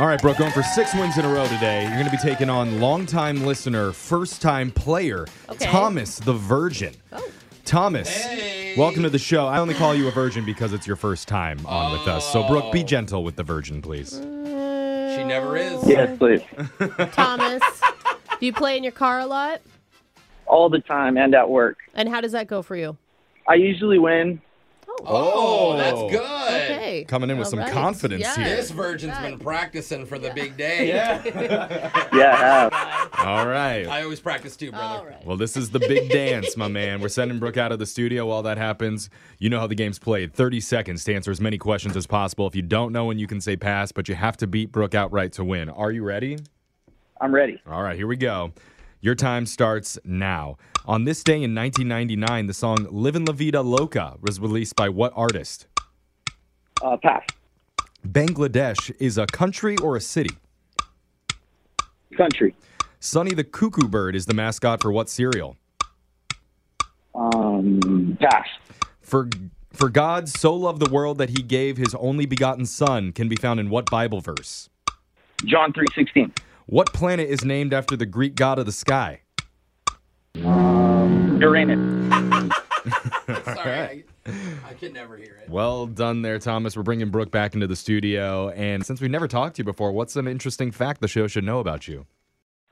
All right, Brooke, going for six wins in a row today. You're going to be taking on longtime listener, first time player, Okay. Oh. Thomas the Virgin. Thomas, welcome to the show. I only call you a virgin because it's your first time on with us. So, Brooke, Oh. be gentle with the virgin, please. She never is. Yes, please. Thomas, do you play in your car a lot? All the time and at work. And how does that go for you? I usually win. Oh, that's good. Okay. Coming in with All some right. confidence Yes. here. This virgin's been practicing for the big day. Yeah, I have. All right. I always practice too, brother. All right. Well, this is the big dance, my man. We're sending Brooke out of the studio while that happens. You know how the game's played 30 seconds to answer as many questions as possible. If you don't know when you can say pass, but you have to beat Brooke outright to win. Are you ready? I'm ready. All right, here we go. Your time starts now. On this day in 1999, the song Livin' La Vida Loca was released by what artist? Uh, pass. Bangladesh is a country or a city? Country. Sonny the Cuckoo Bird is the mascot for what cereal? Um, pass. For, for God so loved the world that he gave his only begotten son can be found in what Bible verse? John three sixteen. What planet is named after the Greek god of the sky? Um, Uranus. Sorry, I, I could never hear it. Well done there, Thomas. We're bringing Brooke back into the studio. And since we've never talked to you before, what's an interesting fact the show should know about you?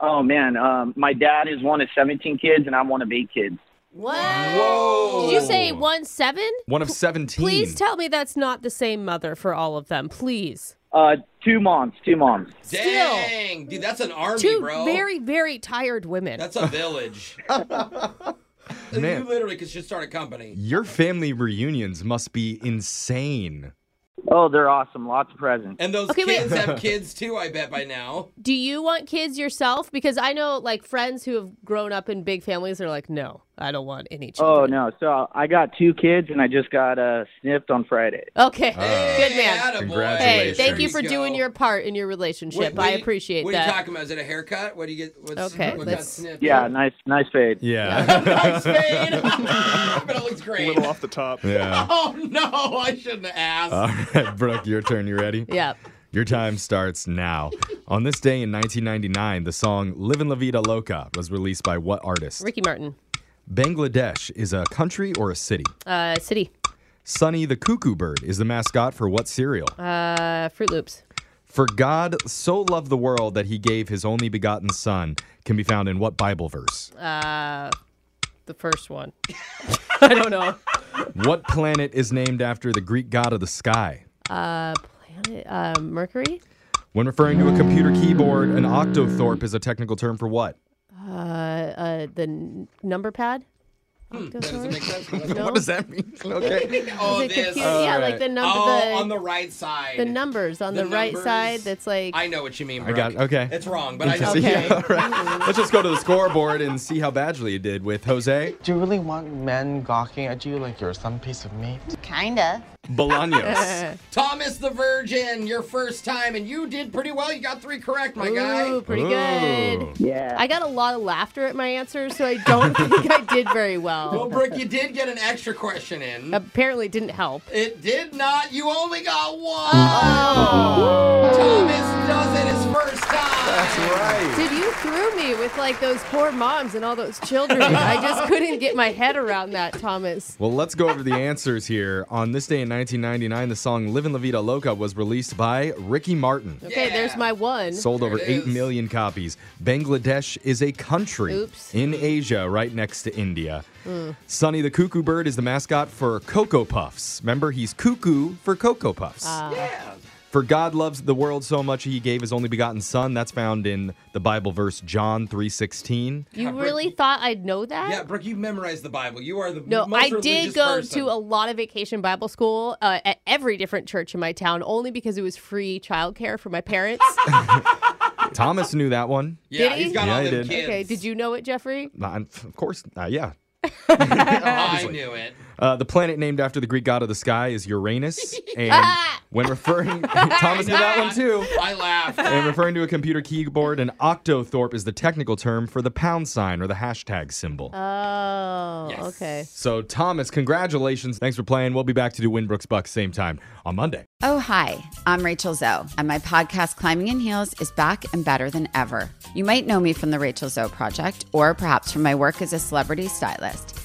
Oh man, um, my dad is one of seventeen kids, and I'm one of eight kids. What? Whoa. Did you say one seven? Oh. One of 17. Please tell me that's not the same mother for all of them. Please. Uh, two moms. Two moms. Dang, dude, that's an army, Two bro. very, very tired women. That's a village. Man. You literally could just start a company. Your family reunions must be insane. Oh, they're awesome. Lots of presents. And those Okay, wait. kids have kids too, I bet by now. Do you want kids yourself? Because I know like friends who have grown up in big families are like, no, I don't want any Oh children. no! So I got two kids, and I just got uh, snipped on Friday. Okay. Good man. attaboy. Hey, Congratulations. thank you There for go. doing your part in your relationship. What- what I you- appreciate what What that. are you talking about? Is it a haircut? What do you get? What's, Okay, what let's- got snipped? Yeah, nice, nice fade. Yeah. Nice fade. but it looks a great. little off the top. yeah. Oh no, I shouldn't have asked. All right, Brooke, your turn. You ready? Yeah. Your time starts now. On this day in 1999, the song Livin' La Vida Loca was released by what artist? Ricky Martin. Bangladesh is a country or a city? Uh, City. Sonny the Cuckoo Bird is the mascot for what cereal? Uh, Fruit Loops. For God so loved the world that he gave his only begotten son can be found in what Bible verse? Uh, the first one. I don't know. What planet is named after the Greek god of the sky? Uh, planet uh, Mercury. When referring to a computer keyboard, an octothorpe is a technical term for what? Uh, uh the n- number pad. Hmm. Octothorpe? No? What does that mean? Okay. Oh, Is it this. confused? Yeah, like the number. Oh, the, on the right side. The numbers on the, The right numbers. side. That's like. I know what you mean. I got it. Brooke. Okay. It's wrong, but I Let's know. see. All right. Let's just go to the scoreboard and see how badly you did with Jose Do you really want men gawking at you like you're some piece of meat? Kinda. Bolaños. Thomas the Virgin, your first time, and you did pretty well. You got three correct, my guy. pretty Ooh. good. Yeah. I got a lot of laughter at my answers, so I don't think I did very well. Well, Brooke, you did get an extra question in. Apparently, it didn't help. It did not. You only got one. Thomas does it his first time. That's right. Dude, you threw me with like those poor moms and all those children. I just couldn't get my head around that, Thomas. Well, let's go over the answers here. On this day in 1999, the song Livin' La Vida Loca was released by Ricky Martin. Okay, there's my one. Sold over 8 million copies. Bangladesh is a country Oops. in Asia, right next to India. Mm. Sonny the Cuckoo Bird is the mascot for Cocoa Puffs. Remember, he's cuckoo for Cocoa Puffs. yeah. For God loves the world so much he gave his only begotten son. That's found in the Bible verse John 3:16. You really thought I'd know that? Yeah, Brooke, you've memorized the Bible. You are the No, most I did religious go person. to a lot of vacation Bible school uh, at every different church in my town, only because it was free childcare for my parents. Thomas knew that one. Yeah, Did he? he's got yeah, all he them did. kids. Okay, did you know it, Jeffrey? Nah, and f- of course, uh, yeah. I knew it. Uh, the planet named after the Greek god of the sky is Uranus, and when referring Thomas knew that one too. I laughed. And referring to a computer keyboard, an octothorpe is the technical term for the pound sign or the hashtag symbol. Oh, okay. So, Thomas, congratulations. Thanks for playing. We'll be back to do Winbrooks Bucks same time on Monday. Oh, hi, I'm Rachel Zoe, and my podcast, Climbing in Heels, is back and better than ever. You might know me from the Rachel Zoe Project, or perhaps from my work as a celebrity stylist.